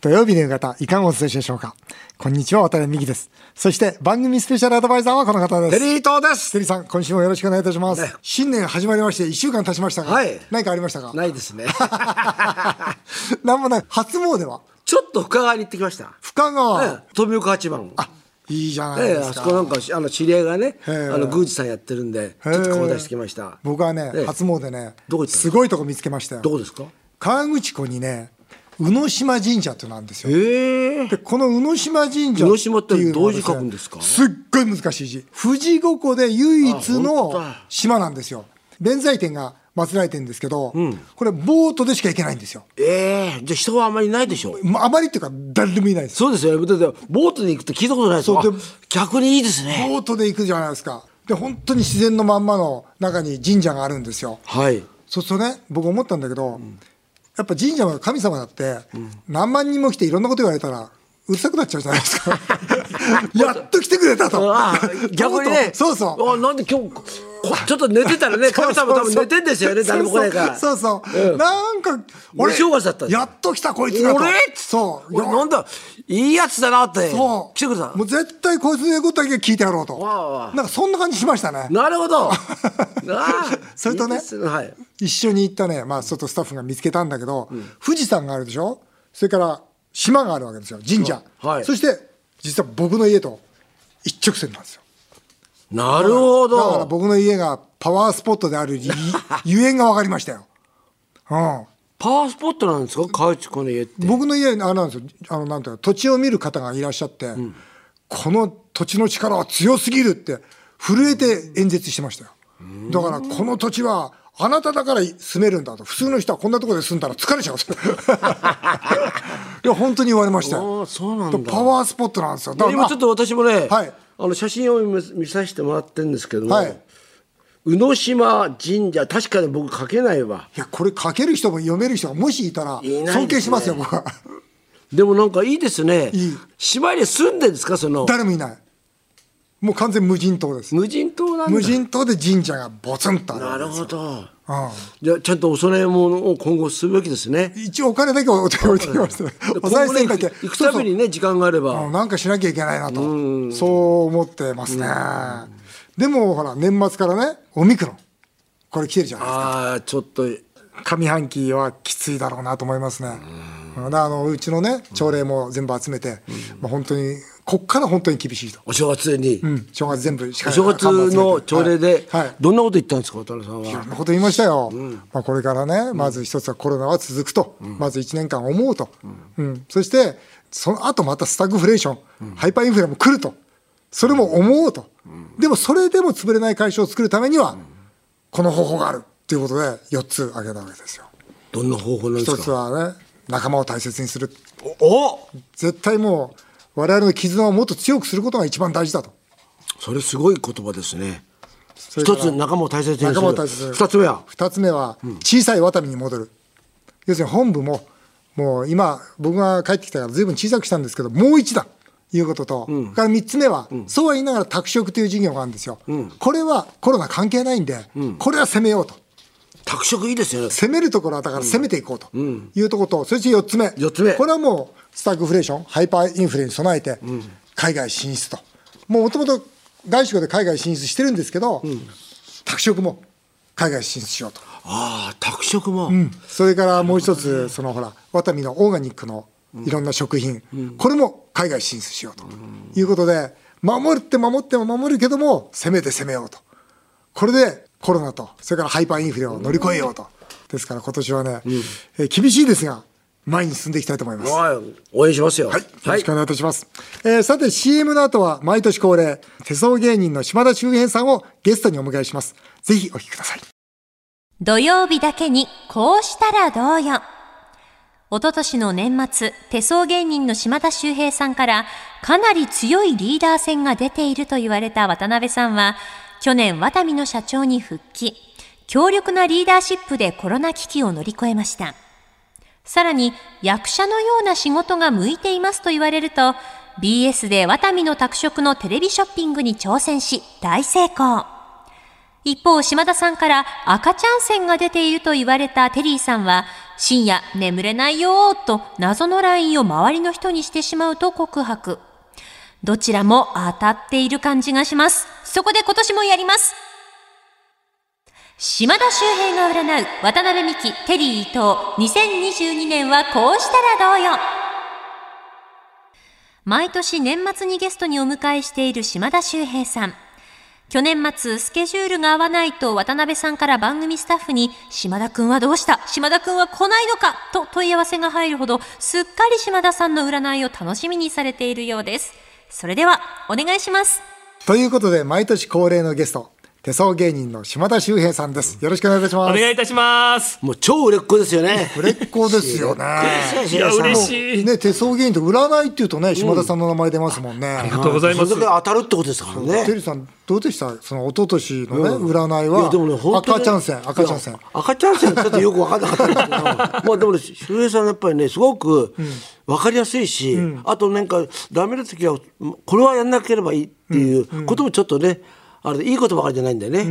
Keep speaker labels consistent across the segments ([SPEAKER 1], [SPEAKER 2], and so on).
[SPEAKER 1] 土曜日の夕方、いかがお過ごしでしょうかこんにちは、渡辺美希です。そして、番組スペシャルアドバイザーはこの方です。
[SPEAKER 2] テリートです
[SPEAKER 1] テリーさん、今週もよろしくお願いいたします。
[SPEAKER 2] ね
[SPEAKER 1] 新年始まりまして、1週間経ちましたが、
[SPEAKER 2] はい
[SPEAKER 1] 何かありましたか
[SPEAKER 2] ないですね。
[SPEAKER 1] なんもない。初詣は
[SPEAKER 2] ちょっと深川に行ってきました。
[SPEAKER 1] 深川、
[SPEAKER 2] ええ富岡八番。あ、
[SPEAKER 1] いいじゃない
[SPEAKER 2] ええ、
[SPEAKER 1] で
[SPEAKER 2] あ
[SPEAKER 1] す
[SPEAKER 2] そ
[SPEAKER 1] か。
[SPEAKER 2] こなんか、あの知り合いがね、あ
[SPEAKER 1] え
[SPEAKER 2] の宮司さんやってるんで、ちょっと顔出してきました。
[SPEAKER 1] 僕はね、
[SPEAKER 2] ええ
[SPEAKER 1] 初詣ね
[SPEAKER 2] どこ行ったの
[SPEAKER 1] すごいとこ見つけましたよ
[SPEAKER 2] どこですか。
[SPEAKER 1] 川口湖にね宇野島神社ってのなんですよ
[SPEAKER 2] ええ
[SPEAKER 1] でこの宇野島神社
[SPEAKER 2] 宇野島って
[SPEAKER 1] ていうのは
[SPEAKER 2] どういう字書くんですか
[SPEAKER 1] すっごい難しい字富士五湖で唯一
[SPEAKER 2] あ本当
[SPEAKER 1] の
[SPEAKER 2] だ
[SPEAKER 1] 島なんですよ弁財天が祀られてるんですけど、これボートでしか行けないんですよ
[SPEAKER 2] ええじゃあ人はあんまりいないでしょ
[SPEAKER 1] まああまりっていうか誰でもいないです
[SPEAKER 2] そうですよね。だってボートに行くって聞いたことないですよ。
[SPEAKER 1] そうで
[SPEAKER 2] あ逆にいいですね。
[SPEAKER 1] ボートで行くじゃないですかで本当に自然のまんまの中に神社があるんですよ
[SPEAKER 2] はい。
[SPEAKER 1] そうするとね僕思ったんだけど、やっぱ神社は神様だって、何万人も来ていろんなこと言われたらうるさくなっちゃうじゃないです かやっと来てくれたと
[SPEAKER 2] あ あ逆にね。
[SPEAKER 1] そうそう
[SPEAKER 2] あ、なんで今日、こちょっと寝てたらね、神様多分寝てんですよね。誰も来ないから。
[SPEAKER 1] そうそうそうそう、なんか俺
[SPEAKER 2] お正月だったんです
[SPEAKER 1] や
[SPEAKER 2] よ
[SPEAKER 1] っと来たこいつがと
[SPEAKER 2] 俺
[SPEAKER 1] そう
[SPEAKER 2] 俺なんだいいやつだなって
[SPEAKER 1] そう
[SPEAKER 2] 来てくれた
[SPEAKER 1] もう絶対こいつの言うことだけ聞いてやろうと
[SPEAKER 2] わあ
[SPEAKER 1] なんかそんな感じしましたね
[SPEAKER 2] なる ほどああ
[SPEAKER 1] それとね
[SPEAKER 2] いいですはい
[SPEAKER 1] 一緒に行ったね、まあ、外スタッフが見つけたんだけど、富士山があるでしょそれから島があるわけですよ神社、
[SPEAKER 2] うんはい
[SPEAKER 1] そして実は僕の家と一直線なんですよ
[SPEAKER 2] なるほ
[SPEAKER 1] だから
[SPEAKER 2] ど
[SPEAKER 1] 僕の家がパワースポットであ るゆゆえんが分かりましたよ、う
[SPEAKER 2] パワースポットなんですか河内湖の家って
[SPEAKER 1] ん、僕の家あれなんですよあのなんていうか土地を見る方がいらっしゃって、この土地の力は強すぎるって震えて演説してましたよだからこの土地はあなただから住めるんだと普通の人はこんなところで住んだら疲れちゃう いや本当に言われましたよ
[SPEAKER 2] ああそうなんだ
[SPEAKER 1] パワースポットなんですよだから
[SPEAKER 2] 今ちょっと私もね、
[SPEAKER 1] はい
[SPEAKER 2] あの写真を見見させてもらってるんですけども、
[SPEAKER 1] はい
[SPEAKER 2] 宇野島神社確かに僕書けないわ
[SPEAKER 1] いやこれ書ける人も読める人がもしいたら
[SPEAKER 2] いないですね
[SPEAKER 1] 尊敬しますよ僕は
[SPEAKER 2] でもなんかいいですね
[SPEAKER 1] いい
[SPEAKER 2] 島に住んでんですかその
[SPEAKER 1] 誰もいないもう完全無人島です
[SPEAKER 2] 無人島なんだ
[SPEAKER 1] 無人島で神社がボツンとあ
[SPEAKER 2] な
[SPEAKER 1] る
[SPEAKER 2] るほど
[SPEAKER 1] うん
[SPEAKER 2] じゃあちゃんとお供え物を今後するべきですね
[SPEAKER 1] 一応お金だけ置いておいてきました
[SPEAKER 2] で
[SPEAKER 1] お財
[SPEAKER 2] 今
[SPEAKER 1] 布だ
[SPEAKER 2] 後ね
[SPEAKER 1] け
[SPEAKER 2] 行くためにね時間があれば
[SPEAKER 1] うんなんかしなきゃいけないなとそう思ってますねでもほら年末からねオミクロンこれ来てるじゃないですか
[SPEAKER 2] ああちょっと
[SPEAKER 1] 上半期はきついだろうなと思いますね。うんだからあのうちのね朝礼も全部集めて、まあ、本当にこっから本当に厳しいと、
[SPEAKER 2] お正月に、
[SPEAKER 1] うん、正月全部し
[SPEAKER 2] お正月の朝礼で
[SPEAKER 1] はいはい
[SPEAKER 2] どんなこと言ったんですか渡辺さんは、
[SPEAKER 1] いろんなこと言いましたよ、まあ、これからね、まず一つはコロナは続くと、まず1年間思うと、うんそしてその後またスタグフレーション、ハイパーインフレも来ると、それも思うと、でもそれでも潰れない会社を作るためには、この方法があるということで、4つ挙げたわけですよ。
[SPEAKER 2] どんな方法なんで
[SPEAKER 1] 一
[SPEAKER 2] す
[SPEAKER 1] つ
[SPEAKER 2] か
[SPEAKER 1] はね、仲間を大切にする、
[SPEAKER 2] おお
[SPEAKER 1] 絶対もう、我々の絆をもっと強くすることが一番大事だと。
[SPEAKER 2] それすごい言葉ですね
[SPEAKER 1] それか
[SPEAKER 2] 一
[SPEAKER 1] ら
[SPEAKER 2] つ仲間を大切にする
[SPEAKER 1] 仲間を大切にする
[SPEAKER 2] 二つ目は
[SPEAKER 1] 2つ目は小さいワタミに戻る、要するに本部ももう今僕が帰ってきたから随分小さくしたんですけどもう一段いうことと、それから3つ目は、そうは言いながら拓殖という事業があるんですよ、これはコロナ関係ないんで、これは攻めようと
[SPEAKER 2] 拓殖いいですよね
[SPEAKER 1] 攻めるところはだから攻めていこうというところと、そして4つ目
[SPEAKER 2] 四つ目
[SPEAKER 1] これはもうスタグフレーションハイパーインフレに備えて海外進出ともともと外資で海外進出してるんですけど、拓殖も海外進出しようと。
[SPEAKER 2] ああ拓殖も、
[SPEAKER 1] それからもう一つ、そのほら、ワタミのオーガニックのいろんな食品、これも海外進出しようということで、守るって守っても守るけども、攻めて攻めようと、これでコロナと、それからハイパーインフレを乗り越えようと、ですから今年はね、えー厳しいですが、前に進んでいきたいと思います。
[SPEAKER 2] はい応援しますよ
[SPEAKER 1] はい、よろしくお願いいたします。えーさて CM の後は毎年恒例、手相芸人の島田秀平さんをゲストにお迎えします。ぜひお聞きください。
[SPEAKER 3] 土曜日だけにこうしたらどうよ。おととしの年末、手相芸人の島田秀平さんからかなり強いリーダー戦が出ていると言われた渡辺さんは、去年ワタミの社長に復帰、強力なリーダーシップでコロナ危機を乗り越えました。さらに、役者のような仕事が向いていますと言われると、BS でワタミの拓殖のテレビショッピングに挑戦し、大成功。一方、島田さんから赤ちゃん線が出ていると言われたテリーさんは、深夜眠れないよーと謎のラインを周りの人にしてしまうと告白。どちらも当たっている感じがします。そこで今年もやります。島田周平が占う渡辺美希、テリー伊藤、2022年はこうしたらどうよ。毎年年末にゲストにお迎えしている島田秀平さん。去年末、スケジュールが合わないと渡辺さんから番組スタッフに、島田くんはどうした島田くんは来ないのかと問い合わせが入るほど、すっかり島田さんの占いを楽しみにされているようです。それでは、お願いします。
[SPEAKER 1] ということで毎年恒例のゲスト手相芸人の島田秀平さんですよろしくお願いいたし
[SPEAKER 4] お
[SPEAKER 1] ます
[SPEAKER 4] 願いいたします。
[SPEAKER 2] もう超売れっ子ですよね。
[SPEAKER 1] 売れっ子ですよね
[SPEAKER 4] いや嬉しい。
[SPEAKER 1] ね手相芸人と占いっていうとね島田さんの名前出ますもんね、
[SPEAKER 4] ありがとうございます
[SPEAKER 2] それ。だけ当たるってことですからね。
[SPEAKER 1] テリーさんどうでしたその一昨年のね、占い
[SPEAKER 2] いやでもね
[SPEAKER 1] は
[SPEAKER 2] 本当に
[SPEAKER 1] 赤ちゃん線赤ちゃん線
[SPEAKER 2] いや赤ちゃん線ちょっとよく分かんなかったんですけど まあでもね秀平さんやっぱりねすごく分かりやすいし、あとなんかダメな時はこれはやんなければいいっていうこともちょっとねあれいいことばかりじゃないんだよね、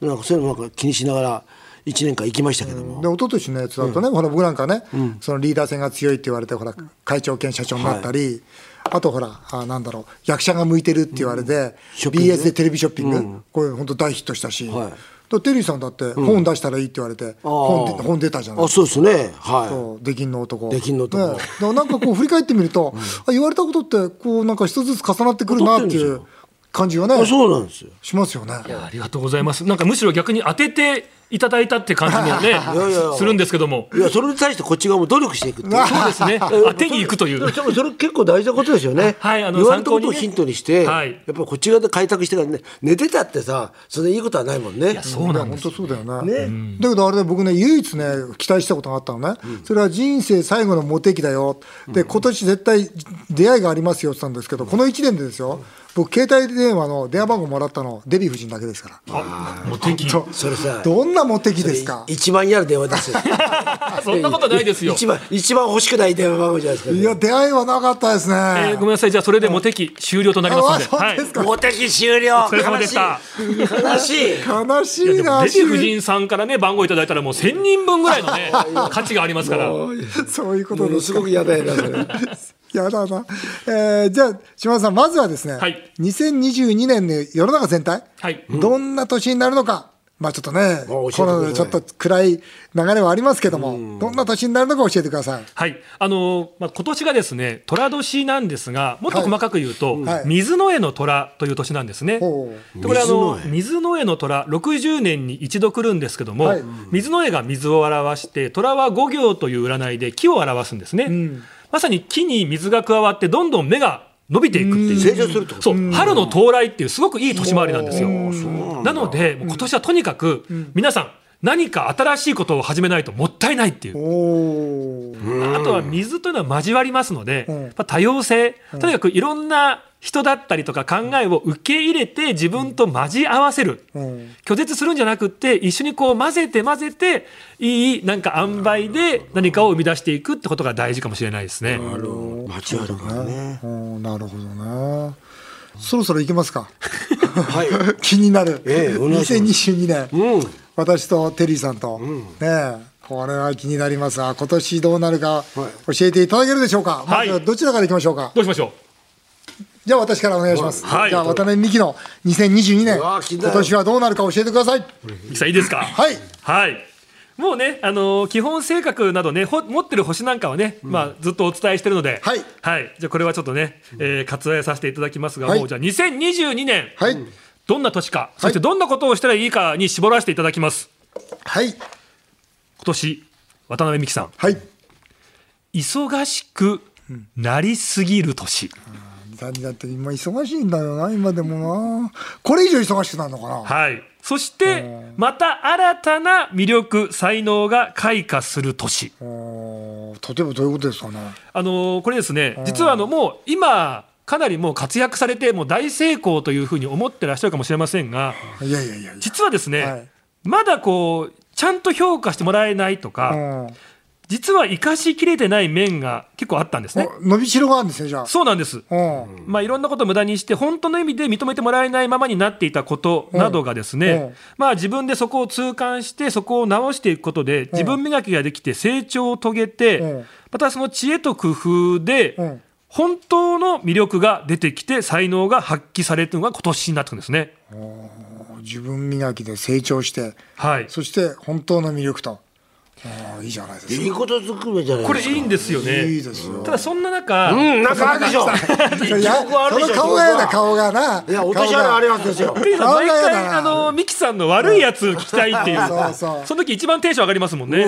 [SPEAKER 2] なんかそういうのなんか気にしながら1年間生きましたけども、
[SPEAKER 1] で一昨年のやつだとね、ほら僕なんかね、そのリーダー性が強いって言われてほら会長兼社長になったり、あとほらあなんだろう役者が向いてるって言われて、
[SPEAKER 2] ショッピングね
[SPEAKER 1] BS でテレビショッピング、これ本当大ヒットしたし、
[SPEAKER 2] はい
[SPEAKER 1] だテリーさんだって本出したらいいって言われて、本で本出たじゃない
[SPEAKER 2] あそうですねは
[SPEAKER 1] そう出禁の男
[SPEAKER 2] 出禁の男
[SPEAKER 1] ねでもなんかこう振り返ってみると、あ言われたことってこうなんか一つずつ重なってくるなっていう感じがね
[SPEAKER 2] いあそうなんですよ
[SPEAKER 1] しますよね
[SPEAKER 4] ありがとうございます。なんかむしろ逆に当てていただ いたって感じもね
[SPEAKER 2] やいや
[SPEAKER 4] するんですけども。
[SPEAKER 2] いやそれに対してこっち側も努力してい くっていう
[SPEAKER 4] そうですね。当てに行くという。
[SPEAKER 2] でもそれ結構大事なことですよね。
[SPEAKER 4] はいあの
[SPEAKER 2] 言われたことを
[SPEAKER 4] 参考にね
[SPEAKER 2] ヒントにして、
[SPEAKER 4] は
[SPEAKER 2] や
[SPEAKER 4] い
[SPEAKER 2] っぱりこっち側で開拓してからね、寝てたってさ、それいいことはないもんね。
[SPEAKER 4] そうなんで
[SPEAKER 1] 本
[SPEAKER 4] す。
[SPEAKER 1] 当そうだよね
[SPEAKER 2] ね
[SPEAKER 1] うんだけどあれで僕ね唯一ね期待したことがあったのね、それは人生最後のモテ期だよで今年絶対出会いがありますよって言ったんですけど、この1年でですよ僕携帯電話の電話番号もらったのデヴィ夫人だけですから
[SPEAKER 4] あ、もう天気。
[SPEAKER 1] と
[SPEAKER 2] それさ、
[SPEAKER 1] どんなモテ期ですか
[SPEAKER 2] 一番嫌な電話ですよ。
[SPEAKER 4] あ そんなことないですよ。
[SPEAKER 2] 一番一番欲しくない電話番号じゃないですか、
[SPEAKER 1] いや出会いはなかったですね、
[SPEAKER 4] えーごめんなさい。じゃあそれでモテ期終了となりますので。
[SPEAKER 1] あそうですか
[SPEAKER 2] モテ期終了。
[SPEAKER 4] お疲れ様でした
[SPEAKER 2] 悲しい。悲し
[SPEAKER 1] 悲し
[SPEAKER 2] い。
[SPEAKER 4] はい。
[SPEAKER 1] い
[SPEAKER 4] でも
[SPEAKER 1] な
[SPEAKER 4] デヴィ夫人さんからね番号いただいたらもう1000人分ぐらいの ね価値がありますから。
[SPEAKER 1] そういうこと
[SPEAKER 2] も
[SPEAKER 1] で
[SPEAKER 2] の
[SPEAKER 1] す
[SPEAKER 2] す
[SPEAKER 1] か
[SPEAKER 2] ごく嫌だよなそれ。
[SPEAKER 1] やだな、えーじゃあ島田さんまずはですね、
[SPEAKER 4] はい
[SPEAKER 1] 2022年の世の中全体、
[SPEAKER 4] はい。
[SPEAKER 1] どんな年になるのか、まあちょっとね、
[SPEAKER 2] 教え
[SPEAKER 1] コ
[SPEAKER 2] てください
[SPEAKER 1] ロナでちょっと暗い流れはありますけども、どんな年になるのか教えてください。
[SPEAKER 4] はい、あのーまあ、今年がですね寅年なんですがもっと細かく言うと、
[SPEAKER 1] はいはい
[SPEAKER 4] 水の絵の虎という年なんですね。
[SPEAKER 1] ほ
[SPEAKER 4] でこれあの
[SPEAKER 2] 水の絵
[SPEAKER 4] 水の絵の虎60年に一度来るんですけども、
[SPEAKER 1] はい
[SPEAKER 4] 水の絵が水を表して虎は五行という占いで木を表すんですね、まさに木に水が加わってどんどん芽が伸びていくっていう
[SPEAKER 2] 成長するってこと
[SPEAKER 4] そう春の到来っていうすごくいい年回りなんですよなのでもう今年はとにかく皆さん何か新しいことを始めないともったいないっていう
[SPEAKER 1] おおー、
[SPEAKER 4] あとは水というのは交わりますので、
[SPEAKER 1] ん
[SPEAKER 4] まあ、多様性、とにかくいろんな人だったりとか考えを受け入れて自分と交合わせる、
[SPEAKER 1] ん
[SPEAKER 4] 拒絶するんじゃなくって一緒にこう混ぜて混ぜていいなんか塩梅で何かを生み出していくってことが大事かもしれないですね。
[SPEAKER 2] 間違いだからね。
[SPEAKER 1] おーなるほどね。そろそろ行きますか。
[SPEAKER 2] はい。
[SPEAKER 1] 気になる。
[SPEAKER 2] ええお願いします
[SPEAKER 1] 2022年、
[SPEAKER 2] うん。
[SPEAKER 1] 私とテリーさんと、ねえ。これは気になりますが、今年どうなるか教えていただけるでしょうか。
[SPEAKER 4] はい
[SPEAKER 1] まずはどちらから行きましょうか。
[SPEAKER 4] どうしましょ
[SPEAKER 1] じゃあ私からお願いします。
[SPEAKER 4] はい
[SPEAKER 1] じゃあ渡辺美樹の2022年、
[SPEAKER 2] うわー気にな
[SPEAKER 1] 今
[SPEAKER 2] る
[SPEAKER 1] 年はどうなるか教えてください。
[SPEAKER 4] うミキさんいいですか
[SPEAKER 1] はい。
[SPEAKER 4] はい。もうね、あのー基本性格などね、ほ持ってる星なんかはね、まあ、ずっとお伝えしてるので、
[SPEAKER 1] はい
[SPEAKER 4] じゃあ、これはちょっとね、えー割愛させていただきますが、
[SPEAKER 1] はい
[SPEAKER 4] もう、じゃあ、2022年、
[SPEAKER 1] はい。
[SPEAKER 4] どんな年か、そしてどんなことをしたらいいかに絞らせていただきます。
[SPEAKER 1] はい。
[SPEAKER 4] 今年、渡辺美樹さん、
[SPEAKER 1] はい。
[SPEAKER 4] 忙しくなりすぎる年。
[SPEAKER 1] だだって今忙しいんだよな今でもなこれ以上忙しくなるのかな、
[SPEAKER 4] はい。そして、また新たな魅力、才能が開花する年。
[SPEAKER 1] おー例えばどういうことですかね
[SPEAKER 4] あのーこれですね、実はあのもう今、かなりもう活躍されて、もう大成功というふうに思ってらっしゃるかもしれませんが、
[SPEAKER 1] いやいやいやいや
[SPEAKER 4] 実はですね、
[SPEAKER 1] はい
[SPEAKER 4] まだこう、ちゃんと評価してもらえないとか、
[SPEAKER 1] うん
[SPEAKER 4] 実は生かしきれてない面が結構あったんですね。
[SPEAKER 1] お伸びしろがあるんですねじゃあ
[SPEAKER 4] そうなんです。
[SPEAKER 1] うん
[SPEAKER 4] まあ、いろんなことを無駄にして本当の意味で認めてもらえないままになっていたことなどがです
[SPEAKER 1] う
[SPEAKER 4] ね、
[SPEAKER 1] んうん
[SPEAKER 4] まあ、自分でそこを痛感してそこを直していくことで自分磨きができて成長を遂げて、
[SPEAKER 1] うん
[SPEAKER 4] またその知恵と工夫で、
[SPEAKER 1] うん
[SPEAKER 4] 本当の魅力が出てきて才能が発揮されるのが今年になってくるんですね。
[SPEAKER 1] 自分磨きで成長して
[SPEAKER 4] はい、
[SPEAKER 1] そして本当の魅力とああいいじゃないです
[SPEAKER 2] いいことずくめじゃない
[SPEAKER 4] こ
[SPEAKER 2] で
[SPEAKER 4] れ
[SPEAKER 2] す
[SPEAKER 4] いいんですよ
[SPEAKER 1] か
[SPEAKER 4] ね。
[SPEAKER 1] いいですよ
[SPEAKER 4] ただそんな中、
[SPEAKER 2] うんなんかあるでしょ
[SPEAKER 1] いやそ
[SPEAKER 2] 記憶はあるで
[SPEAKER 1] の
[SPEAKER 2] しょ
[SPEAKER 1] 顔が嫌だ顔がない
[SPEAKER 2] いや落とし穴ありますですよ
[SPEAKER 4] っていうのは毎
[SPEAKER 1] 考え
[SPEAKER 4] 回
[SPEAKER 1] たな
[SPEAKER 4] あのミキさんの悪いやつ聞きたいっていう
[SPEAKER 1] そうそう
[SPEAKER 4] その時一番テンション上がりますもんね。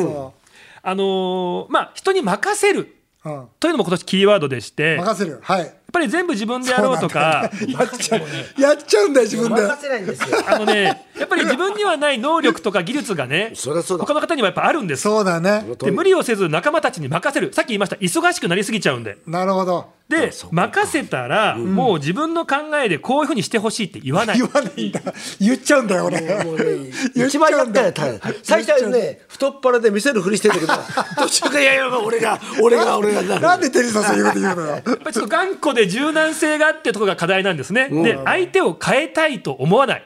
[SPEAKER 4] あのーまあ人に任せる
[SPEAKER 1] うん
[SPEAKER 4] というのも今年キーワードでしてやっ
[SPEAKER 1] 任せるはい
[SPEAKER 4] ぱり全部自分でやろうとか
[SPEAKER 1] やっちゃうやっちゃうんだよ自分で
[SPEAKER 2] 任せないんですよ
[SPEAKER 4] あのねやっぱり自分にはない能力とか技術 がね
[SPEAKER 2] そりゃそうだ
[SPEAKER 4] 他の方にはやっぱあるんです。
[SPEAKER 1] そうだね
[SPEAKER 4] で無理をせず仲間たちに任せるさっき言いました忙しくなりすぎちゃうんで。
[SPEAKER 1] なるほど
[SPEAKER 4] で任せたら、もう自分の考えでこういうふうにしてほしいって言わない
[SPEAKER 1] 言わないんだ言っちゃうんだよ俺
[SPEAKER 2] もうね
[SPEAKER 1] 言っ
[SPEAKER 2] 一
[SPEAKER 1] ちゃ
[SPEAKER 2] 番や
[SPEAKER 1] う
[SPEAKER 2] っ
[SPEAKER 1] ん
[SPEAKER 2] た
[SPEAKER 1] だ
[SPEAKER 2] やった最初はね太っ腹で見せるふりしてたけど 途中から「いやいや俺が俺が俺が」なる
[SPEAKER 1] なんでテリーさんそういうこと言う のよ
[SPEAKER 4] やっぱりちょっと頑固で柔軟性があってところが課題なんですね。で、相手を変えたいと思わない。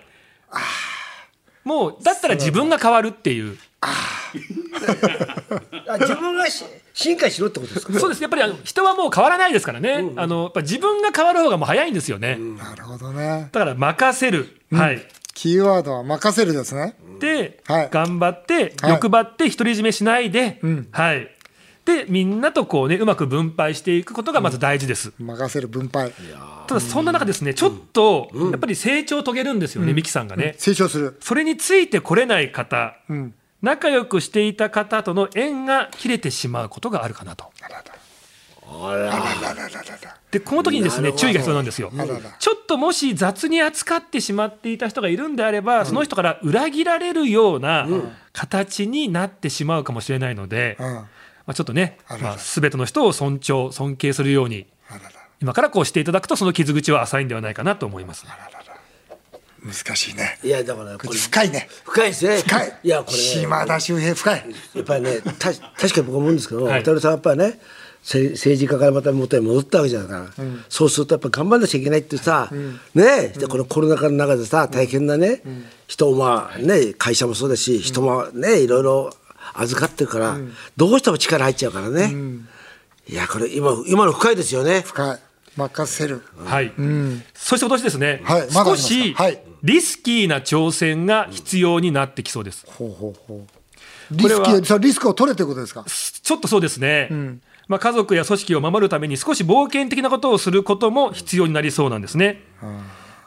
[SPEAKER 4] もう、だったら自分が変わるっていう。
[SPEAKER 2] あ自分がし進化しろってことですか
[SPEAKER 4] そうです。やっぱりあの人はもう変わらないですからね。あの、やっぱ自分が変わる方がもう早いんですよね。
[SPEAKER 1] なるほどね
[SPEAKER 4] だから任せる。はい。
[SPEAKER 1] キーワードは任せるですね
[SPEAKER 4] で、
[SPEAKER 1] はい
[SPEAKER 4] 頑張って、
[SPEAKER 1] はい
[SPEAKER 4] 欲張って、独り占めしないで、
[SPEAKER 1] ん
[SPEAKER 4] はい。で、みんなとこうね、うまく分配していくことがまず大事です。
[SPEAKER 1] 任せる分配
[SPEAKER 4] ただ、そんな中ですね、ちょっと、やっぱり成長を遂げるんですよね、ミキさんがね。
[SPEAKER 1] 成長する
[SPEAKER 4] それについてこれない方、
[SPEAKER 1] ん
[SPEAKER 4] 仲良くしていた方との縁が切れてしまうことがあるかなと。
[SPEAKER 1] あらららら
[SPEAKER 4] でこの時にですね注意が必要なんですよ
[SPEAKER 1] あらら。
[SPEAKER 4] ちょっともし雑に扱ってしまっていた人がいるんであれば、その人から裏切られるような形になってしまうかもしれないので、
[SPEAKER 1] うん
[SPEAKER 4] ま
[SPEAKER 1] あ
[SPEAKER 4] あ、ちょっとね、
[SPEAKER 1] あらら
[SPEAKER 4] まあ、全ての人を尊重尊敬するように
[SPEAKER 1] らら
[SPEAKER 4] 今からこうしていただくとその傷口は浅いんではないかなと思います。
[SPEAKER 1] 難しいね
[SPEAKER 2] いやだから
[SPEAKER 1] こ
[SPEAKER 2] こ
[SPEAKER 1] れ
[SPEAKER 2] れ
[SPEAKER 1] 深いね
[SPEAKER 2] 深いですね
[SPEAKER 1] 深い
[SPEAKER 2] いやこれ
[SPEAKER 1] 島田周平深い
[SPEAKER 2] やっぱりねた確かに僕思うんですけど
[SPEAKER 4] はい
[SPEAKER 2] 渡辺さんはやっぱりねせ政治家からまた元に戻ったわけじゃないかな、そうするとやっぱ頑張んなきゃいけないっていうさ、ねでこのコロナ禍の中でさ大変なね、人をまあね会社もそうだし人もねいろいろ預かってるから、どうしても力入っちゃうからね、いやこれ今今の深いですよね
[SPEAKER 1] 深い任せる
[SPEAKER 4] はい、そして今年ですね、
[SPEAKER 1] はいまだありま
[SPEAKER 4] 少
[SPEAKER 1] すか
[SPEAKER 4] し
[SPEAKER 1] はい
[SPEAKER 4] リスキーな挑戦が必要になってきそうです。
[SPEAKER 1] ほうほうほう
[SPEAKER 4] こ
[SPEAKER 1] リ
[SPEAKER 4] れ
[SPEAKER 1] ス
[SPEAKER 4] は
[SPEAKER 1] キーそれリスクを取れということですか
[SPEAKER 4] ちょっとそうですね、まあ、家族や組織を守るために少し冒険的なことをすることも必要になりそうなんですね。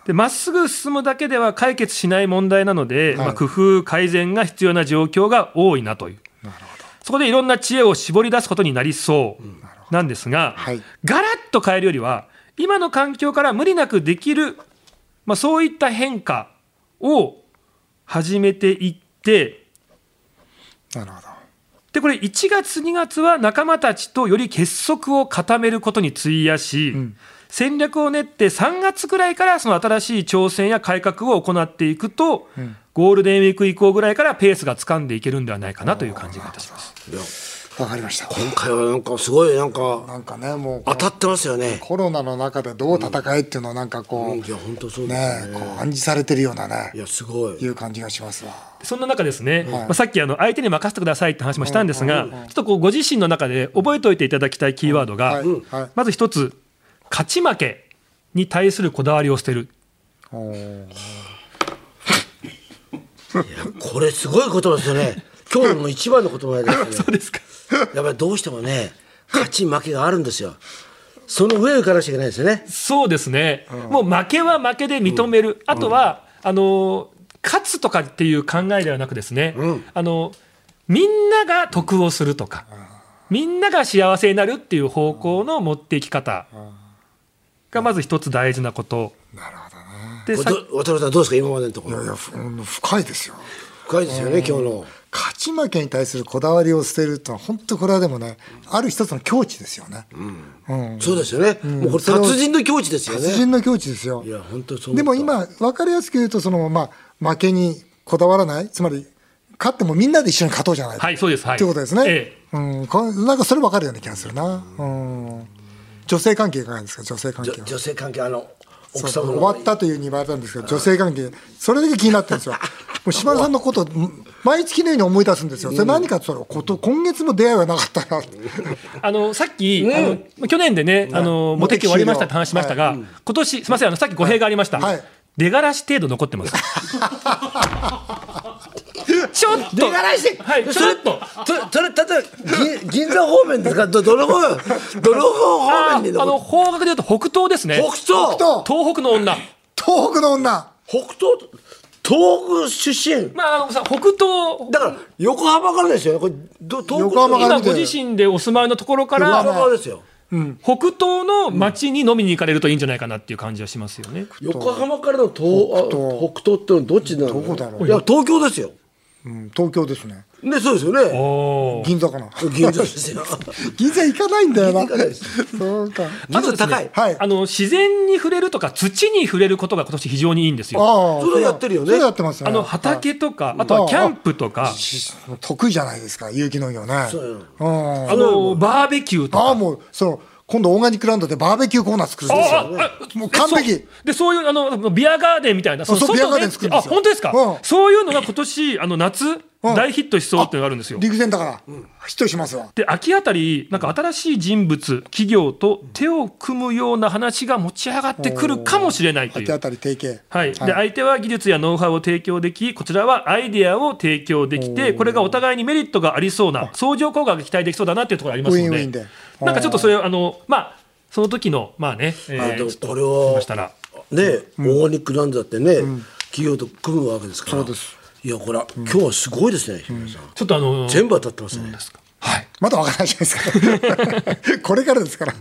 [SPEAKER 4] でまっすぐ進むだけでは解決しない問題なので、まあ、工夫改善が必要な状況が多いなというそこでいろんな知恵を絞り出すことになりそうなんですが、
[SPEAKER 1] はい
[SPEAKER 4] ガラッと変えるよりは今の環境から無理なくできる、まあ、そういった変化を始めていって
[SPEAKER 1] なるほど
[SPEAKER 4] でこれ1月2月は仲間たちとより結束を固めることに費やし、戦略を練って3月くらいからその新しい挑戦や改革を行っていくと、ゴールデンウィーク以降ぐらいからペースが掴んでいけるんではないかなという感じがいたします。
[SPEAKER 1] わかりました
[SPEAKER 2] 今回はなんかすごいなんか
[SPEAKER 1] なんかねもう
[SPEAKER 2] 当たってますよね
[SPEAKER 1] コロナの中でどう戦えっていうのをなんかこう、
[SPEAKER 2] うんい
[SPEAKER 1] ね
[SPEAKER 2] や本当そうですね
[SPEAKER 1] こう暗示されてるようなね
[SPEAKER 2] いやすごい
[SPEAKER 1] いう感じがしますわ
[SPEAKER 4] そんな中ですね、まあ、さっきあの相手に任せてくださいって話もしたんですが、ちょっとこうご自身の中で覚えておいていただきたいキーワードが、
[SPEAKER 1] はいはい
[SPEAKER 4] まず一つ勝ち負けに対するこだわりを捨てる
[SPEAKER 2] これすごいことですよね。今日の一番の言葉ですね。
[SPEAKER 4] ですか
[SPEAKER 2] やっぱりどうしてもね、勝ち負けがあるんですよ。その上を行かなきゃいけないですよね。
[SPEAKER 4] そうですね、もう負けは負けで認める、あとは、あの勝つとかっていう考えではなくですね、あのみんなが得をするとか、みんなが幸せになるっていう方向の持っていき方がまず一つ大事なこと。
[SPEAKER 1] なるほどね
[SPEAKER 4] で
[SPEAKER 2] わ
[SPEAKER 4] さ
[SPEAKER 2] た渡辺さんどうですか今までのとこ
[SPEAKER 1] いや
[SPEAKER 2] ろ
[SPEAKER 1] い。やふうん深いですよ
[SPEAKER 2] 深いですよね今日の。
[SPEAKER 1] 勝ち負けに対するこだわりを捨てるというのは本当これはでもねある一つの境地ですよね、うん
[SPEAKER 2] そうですよね。もうこれ達人の境地ですよ
[SPEAKER 1] 達
[SPEAKER 2] ね。
[SPEAKER 1] 人の境地ですよ
[SPEAKER 2] いや本当そう。
[SPEAKER 1] でも。今分かりやすく言うとその、まあ、負けにこだわらないつまり勝ってもみんなで一緒に勝とうじゃない
[SPEAKER 4] はいそうですはい
[SPEAKER 1] ということですね、
[SPEAKER 4] え
[SPEAKER 1] うん、こなんかそれ分かるような気がするな、うん、女性関係いかがですか女性関係は
[SPEAKER 2] 女性関係あの奥
[SPEAKER 1] そう
[SPEAKER 2] 様の
[SPEAKER 1] 終わったというに言われたんですけど女性関係それだけ気になってるんですよもう島田さんのことうん毎月のように思い出すんですよそれ何かって言ったらこと今月も出会いはなかったなって
[SPEAKER 4] あのさっき、あのま去年でね、あのモテ期終わりましたって話しましたが、今年すみませんあのさっき語弊がありました、
[SPEAKER 1] はい
[SPEAKER 4] 出がらし程度残ってます ちょっと
[SPEAKER 2] 出がらして、
[SPEAKER 4] はいち
[SPEAKER 2] それ
[SPEAKER 4] ょっと
[SPEAKER 2] それそれ例えば銀銀座方面で すかどどの方どの方
[SPEAKER 4] あ
[SPEAKER 2] 面に
[SPEAKER 4] ーあの方角で言うと北東ですね
[SPEAKER 2] 北東
[SPEAKER 1] 北東
[SPEAKER 4] 東北の女
[SPEAKER 1] 東北の女
[SPEAKER 2] 北東東北出身
[SPEAKER 4] まああのさ北東
[SPEAKER 2] だから横浜からですよねこれど東北
[SPEAKER 1] 横浜から
[SPEAKER 4] 今
[SPEAKER 1] 見て
[SPEAKER 4] ご自身でお住まいのところか
[SPEAKER 2] 横
[SPEAKER 4] ら
[SPEAKER 2] 浜からですよ
[SPEAKER 4] 北東の町に飲みに行かれるといいんじゃないかなっていう感じはしますよね。
[SPEAKER 2] 横浜からの東北東北東ってのはどっちなの
[SPEAKER 1] どこだろう
[SPEAKER 2] いや東京ですよ
[SPEAKER 1] うん東京ですね
[SPEAKER 2] ねそうですよね
[SPEAKER 4] おー
[SPEAKER 1] 銀座かな
[SPEAKER 2] 銀座です よ
[SPEAKER 1] 銀座行かないんだよな
[SPEAKER 2] 銀座行かないです
[SPEAKER 1] そうか
[SPEAKER 2] 銀座高い
[SPEAKER 1] はい
[SPEAKER 4] あの自然に触れるとか土に触れることが今年非常にいいんですよ。
[SPEAKER 1] ああ
[SPEAKER 2] それやってるよね
[SPEAKER 1] それやってますね
[SPEAKER 4] あの畑とか、あとはキャンプとか、
[SPEAKER 1] はい得意じゃないですか有機農業ね
[SPEAKER 2] そうよ
[SPEAKER 1] うん
[SPEAKER 4] あのバーベキューと
[SPEAKER 1] ああ
[SPEAKER 4] か。
[SPEAKER 1] もうその今度オーガニックランドでバーベキューコーナー作るんですよ
[SPEAKER 4] ああ
[SPEAKER 1] もう完璧
[SPEAKER 4] でそういうあのビアガーデンみたいな、
[SPEAKER 1] そうビアガーデン
[SPEAKER 4] ね
[SPEAKER 1] 作るんで
[SPEAKER 4] あ
[SPEAKER 1] すよ
[SPEAKER 4] 本当ですか、
[SPEAKER 1] うん
[SPEAKER 4] そういうのが今年あの夏、
[SPEAKER 1] ん
[SPEAKER 4] 大ヒットしそうっていうのがあるんですよ。
[SPEAKER 1] 陸前だからヒットしますわ
[SPEAKER 4] で秋あたり、なんか新しい人物、企業と手を組むような話が持ち上がってくるかもしれないとい
[SPEAKER 1] 手
[SPEAKER 4] う
[SPEAKER 1] 当。たり提携
[SPEAKER 4] はい、で相手は技術やノウハウを提供でき、こちらはアイデアを提供できて、これがお互いにメリットがありそうな、相乗効果が期待できそうだなっていうところがありま
[SPEAKER 1] ウ
[SPEAKER 4] す
[SPEAKER 1] ィン
[SPEAKER 4] の
[SPEAKER 1] ウ
[SPEAKER 4] で、
[SPEAKER 1] ィンで
[SPEAKER 4] なんかちょっとそれを、あのまあ、その時のまあね、え
[SPEAKER 2] あでも
[SPEAKER 4] ー、ちょっと
[SPEAKER 2] これを
[SPEAKER 4] ましたら、
[SPEAKER 2] ね、オーガニックなんだってね、企業と組むわけですから。
[SPEAKER 1] そうです。
[SPEAKER 2] いや、これ、今日はすごいですね、姫さん。
[SPEAKER 4] ちょっとあの
[SPEAKER 2] 全部当たってますね。
[SPEAKER 4] はい、
[SPEAKER 1] まだわからないじゃないですか これからですから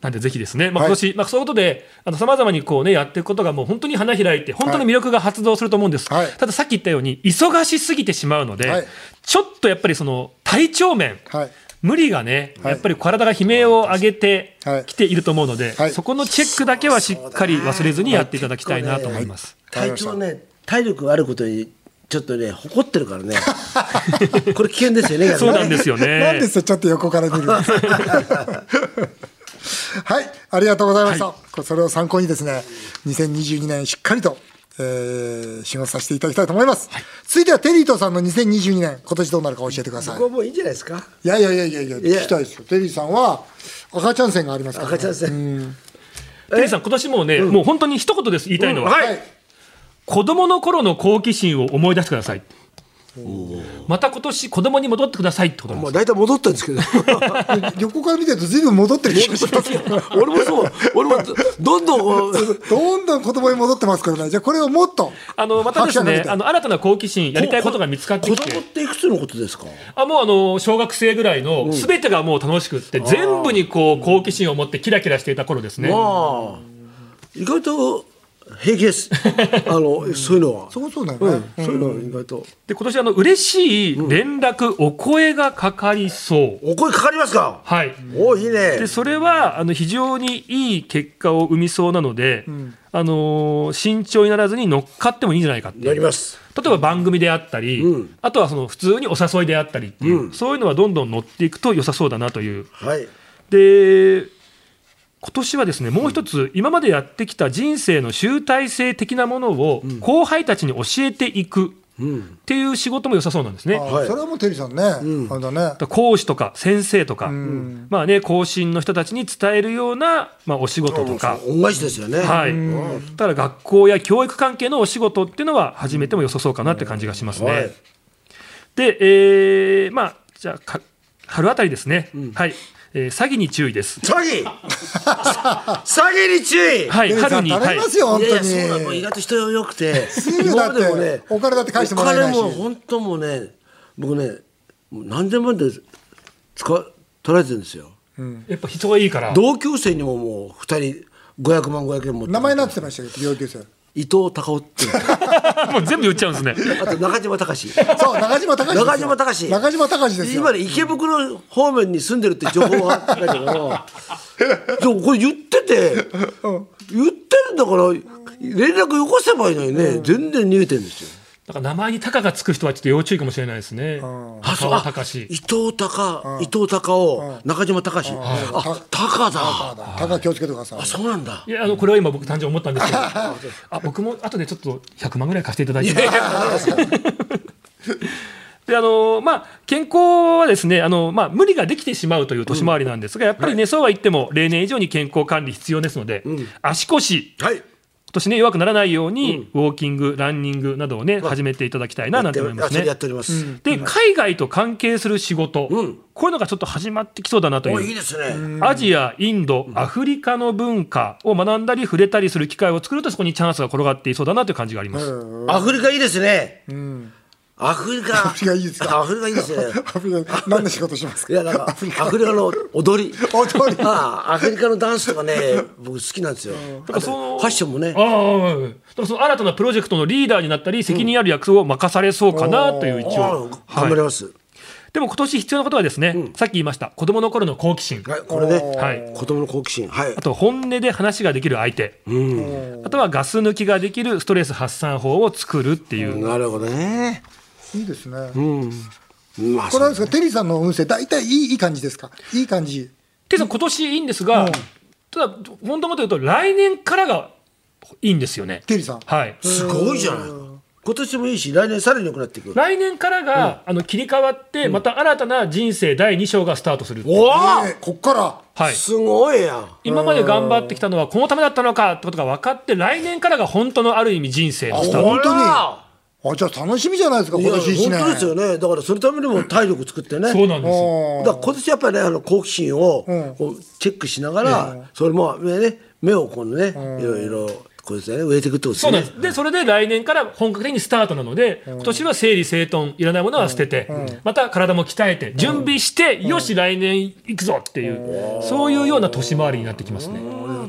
[SPEAKER 4] なんでぜひですね、まあ
[SPEAKER 1] はい
[SPEAKER 4] 今年、まあそういうことで、あのさまざまにこうねやっていくことがもう本当に花開いて、本当の魅力が発動すると思うんです。
[SPEAKER 1] はい
[SPEAKER 4] たださっき言ったように忙しすぎてしまうので、
[SPEAKER 1] はい
[SPEAKER 4] ちょっとやっぱりその体調面、
[SPEAKER 1] はい
[SPEAKER 4] 無理がね、
[SPEAKER 1] はい
[SPEAKER 4] やっぱり体が悲鳴を上げて
[SPEAKER 1] はい
[SPEAKER 4] きていると思うので、
[SPEAKER 1] はい
[SPEAKER 4] そこのチェックだけはしっかり忘れずにやっていただきたいなと思います。
[SPEAKER 2] 体調ね、体力があることに、ちょっとね、誇ってるから ね。これ危険ですよね。逆に
[SPEAKER 4] そうなんですよ ね。
[SPEAKER 1] なんですよちょっと横から見る はいありがとうございました、こそれを参考にですね2022年しっかりとえー、仕事させていただきたいと思います、続いてはテリーとさんの2022年今年どうなるか教えてください
[SPEAKER 2] ここはもういいんじゃないですか。
[SPEAKER 1] いやいやいやいやいや
[SPEAKER 2] いや
[SPEAKER 1] 聞きたいですよテリーさんは赤ちゃん線がありますから、ね、
[SPEAKER 2] 赤ちゃんさん。
[SPEAKER 4] テリーさん、今年もうね、もう本当に一言です、言いたいのは。
[SPEAKER 2] はい。
[SPEAKER 4] 子供の頃の好奇心を思い出してください。また今年子供に戻ってくださいってことなん
[SPEAKER 2] ま
[SPEAKER 4] で
[SPEAKER 2] あ、
[SPEAKER 4] す。
[SPEAKER 2] 大体戻ったんですけど。
[SPEAKER 1] 横から見てると随分戻ってる気がしますけ ど
[SPEAKER 2] 俺もそう、俺も、どんどんこう。
[SPEAKER 1] どんどん子供に戻ってますからねじゃあこれをもっと
[SPEAKER 4] あのまたです
[SPEAKER 1] 拍手が出
[SPEAKER 4] ね、
[SPEAKER 1] て
[SPEAKER 4] あの新たな好奇心やりたいことが見つかってき
[SPEAKER 2] 子
[SPEAKER 4] て
[SPEAKER 2] 供っ、ていくつのことですか。
[SPEAKER 4] あもうあの小学生ぐらいのすべてがもう楽しくって、全部にこう好奇心を持ってキラキラしていた頃ですね。
[SPEAKER 2] ああ。意外と。平気です。あの、そういうのは。
[SPEAKER 1] そうそうだよね、
[SPEAKER 2] うん、そういうのは意外と。
[SPEAKER 4] で今年あの嬉しい連絡、お声がかかりそう。
[SPEAKER 2] お声かかりますか。
[SPEAKER 4] はい。
[SPEAKER 2] おいいね
[SPEAKER 4] でそれはあの非常にいい結果を生みそうなので、あのー慎重にならずに乗っかってもいいんじゃないかっていう
[SPEAKER 2] やります
[SPEAKER 4] 例えば番組であったり、
[SPEAKER 2] うん
[SPEAKER 4] あとはその普通にお誘いであったりっていう、そういうのはどんどん乗っていくと良さそうだなという。
[SPEAKER 2] はい
[SPEAKER 4] で今年はですねもう一つ、今までやってきた人生の集大成的なものを後輩たちに教えていくっていう仕事も良さそうなんですね。
[SPEAKER 1] あ
[SPEAKER 2] はい
[SPEAKER 1] それはもうテリーさんね、あれだね
[SPEAKER 4] 講師とか先生とか、まあね、後進の人たちに伝えるような、まあ、お仕事とか、
[SPEAKER 2] 恩返しですよね
[SPEAKER 4] はい、だから学校や教育関係のお仕事っていうのは始めても良さそうかなって感じがしますね。
[SPEAKER 2] はい
[SPEAKER 4] で、えーまあ、じゃあか春あたりですね、はいえー詐欺に注意です。
[SPEAKER 2] 詐欺 詐欺に注意
[SPEAKER 4] はい、
[SPEAKER 1] テリーさ
[SPEAKER 4] 春
[SPEAKER 1] ん
[SPEAKER 4] に、
[SPEAKER 1] 頼
[SPEAKER 4] は
[SPEAKER 1] み
[SPEAKER 4] い、
[SPEAKER 1] ますよ、
[SPEAKER 2] いや
[SPEAKER 1] 本
[SPEAKER 2] いや
[SPEAKER 1] 当に
[SPEAKER 2] そうなの意外と人よくて
[SPEAKER 1] すぐだって
[SPEAKER 2] 今までも
[SPEAKER 1] お金だって返してもらえないし
[SPEAKER 2] お金も本当もうね僕ねもう何千万で使わ取られてるんですよ
[SPEAKER 4] やっぱ人がいいから、
[SPEAKER 2] 同級生にももう二人500万500円持って
[SPEAKER 1] 名前なんて言ってましたけど同級生
[SPEAKER 2] 伊藤孝夫っていう
[SPEAKER 4] もう全部言っちゃうんですね。
[SPEAKER 2] あと中島隆
[SPEAKER 1] そう中島隆
[SPEAKER 2] 中島隆
[SPEAKER 1] 中島隆ですよ
[SPEAKER 2] 今ね池袋方面に住んでるって情報があった けどでもこれ言ってて言ってるんだから連絡よこせばいいのにね、全然逃げてるんですよ
[SPEAKER 4] なんか名前にタカがつく人はちょっと要注意かもしれないですね。
[SPEAKER 2] あそう
[SPEAKER 4] 高尾
[SPEAKER 2] あ
[SPEAKER 4] 隆
[SPEAKER 2] 伊藤隆、伊藤隆を中島隆史、あ隆だ
[SPEAKER 1] だ高気をつけてください
[SPEAKER 2] あそうなんだ
[SPEAKER 4] いやあのこれは今僕単純に思ったんですけどあ僕も後でちょっと100万ぐらい貸していただいて であのまあ、健康はですねあの、まあ、無理ができてしまうという年回りなんですが、やっぱりね、そうは言っても例年以上に健康管理必要ですので、足腰
[SPEAKER 2] はい
[SPEAKER 4] 今年ね弱くならないように、ウォーキングランニングなどをね始めていただきたいななんて思います
[SPEAKER 2] やっ
[SPEAKER 4] ね
[SPEAKER 2] てやっております、
[SPEAKER 4] で海外と関係する仕事、
[SPEAKER 2] うん
[SPEAKER 4] こういうのがちょっと始まってきそうだなと
[SPEAKER 2] お
[SPEAKER 4] い
[SPEAKER 2] いういですね
[SPEAKER 4] アジア、インド、アフリカの文化を学んだり触れたりする機会を作るとそこにチャンスが転がっていそうだなという感じがあります。
[SPEAKER 2] アフリカいいですね、アフリカア
[SPEAKER 1] フリカいいですか
[SPEAKER 2] アフリカいいですね
[SPEAKER 1] アフリカ何の仕事します か
[SPEAKER 2] いやなんかアフリカの踊り
[SPEAKER 1] 踊り
[SPEAKER 2] ああアフリカのダンスとかね僕好きなんですよあとファッションもね
[SPEAKER 4] ああああだからその新たなプロジェクトのリーダーになったり責任ある役を任されそうかなという一
[SPEAKER 2] ああ
[SPEAKER 4] 応、
[SPEAKER 2] 頑
[SPEAKER 4] はい
[SPEAKER 2] 張ります、
[SPEAKER 4] でも今年必要なことはですね、さっき言いました子供の頃の好奇心、
[SPEAKER 2] はい、これね、
[SPEAKER 4] はい
[SPEAKER 2] 子供の好奇心はい
[SPEAKER 4] あと本音で話ができる相手、あとはガス抜きができるストレス発散法を作るっていう、
[SPEAKER 2] なるほどね
[SPEAKER 1] いいですね、
[SPEAKER 2] まあ
[SPEAKER 1] これはですかテリーさんの運勢大体いいいい感じですかいい感じ
[SPEAKER 4] てさん今年いいんですが、ただ本当のこと言うと来年からがいいんですよね。
[SPEAKER 1] テリーさん
[SPEAKER 4] はい、
[SPEAKER 2] すごいじゃない今年もいいし来年さらに良くなっていく
[SPEAKER 4] 来年からが、あの切り替わって、また新たな人生第2章がスタートするっていう
[SPEAKER 2] おお、
[SPEAKER 1] ねえこっから
[SPEAKER 4] はい、
[SPEAKER 2] すごいやん
[SPEAKER 4] 今まで頑張ってきたのはこのためだったのかってことが分かって来年からが本当のある意味人生のスター
[SPEAKER 1] 本
[SPEAKER 4] ト
[SPEAKER 1] 当に
[SPEAKER 2] あ
[SPEAKER 1] あじゃあ楽しみじゃないですか
[SPEAKER 2] いや
[SPEAKER 1] 今年一
[SPEAKER 2] 本
[SPEAKER 1] 年
[SPEAKER 2] 当ですよねだからそのためにも体力作ってね
[SPEAKER 4] そうなんですよ
[SPEAKER 1] お
[SPEAKER 2] だ
[SPEAKER 1] ー
[SPEAKER 2] から今年やっぱりねあの好奇心を
[SPEAKER 1] ん
[SPEAKER 2] こうチェックしながら、それもね目をこのね、いろいろこうですね植えていくってことです
[SPEAKER 4] そう
[SPEAKER 2] よ
[SPEAKER 4] なん
[SPEAKER 2] ね
[SPEAKER 4] ですでそれで来年から本格的にスタートなので、今年は整理整頓いらないものは捨てて、また体も鍛えて準備して、よし来年行くぞっていう、そういうような年回りになってきますね。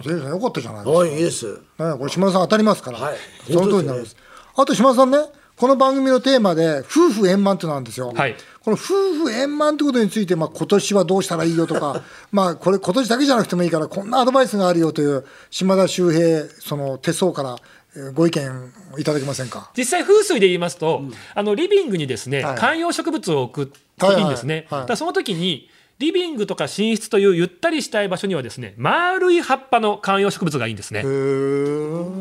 [SPEAKER 1] テリーさんよかったじゃないですか
[SPEAKER 2] はいいいです
[SPEAKER 1] ね、これ島田さん当たりますから、
[SPEAKER 2] はい
[SPEAKER 1] その通りになりますあと島田さんねこの番組のテーマで夫婦円満ってなんですよ、
[SPEAKER 4] はい
[SPEAKER 1] この夫婦円満ってことについて、まあ、今年はどうしたらいいよとか まあこれ今年だけじゃなくてもいいからこんなアドバイスがあるよという島田秀平その手相からえーご意見いただけませんか
[SPEAKER 4] 実際風水で言いますと、あのリビングにですね、
[SPEAKER 1] はい
[SPEAKER 4] 観葉植物を置くといいんですね、
[SPEAKER 1] はいはいはい
[SPEAKER 4] だからその時にリビングとか寝室というゆったりしたい場所にはですね丸い葉っぱの観葉植物がいいんですね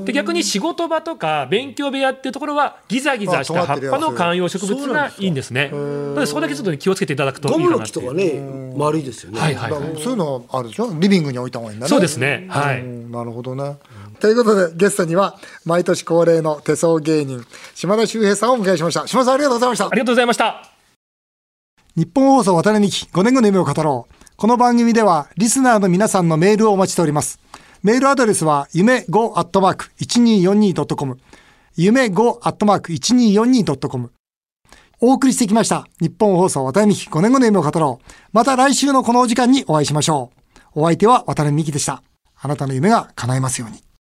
[SPEAKER 4] で逆に仕事場とか勉強部屋っていうところはギザギザした葉っぱの観葉植物がいいんですねなのでそれだけちょっとね気をつけていただくといい
[SPEAKER 2] ゴ
[SPEAKER 4] か
[SPEAKER 2] ム
[SPEAKER 4] な
[SPEAKER 2] の
[SPEAKER 4] っ
[SPEAKER 2] 木
[SPEAKER 4] て
[SPEAKER 2] と
[SPEAKER 4] いう
[SPEAKER 2] かね丸いですよね、
[SPEAKER 4] はいはい、
[SPEAKER 1] だ
[SPEAKER 4] は
[SPEAKER 1] から
[SPEAKER 4] い、
[SPEAKER 1] そういうのあるでしょリビングに置いた方がいいんだね
[SPEAKER 4] そうですねはい、
[SPEAKER 1] うんなるほどね。ということでゲストには毎年恒例の手相芸人島田秀平さんをお迎えしました島田さんありがとうございました
[SPEAKER 4] ありがとうございました
[SPEAKER 1] 日本放送渡辺美希5年後の夢を語ろう。この番組ではリスナーの皆さんのメールをお待ちしております。メールアドレスは夢 5-1242.com 夢 5-1242.com お送りしてきました日本放送渡辺美希5年後の夢を語ろう。また来週のこのお時間にお会いしましょう。お相手は渡辺美希でした。あなたの夢が叶いますように。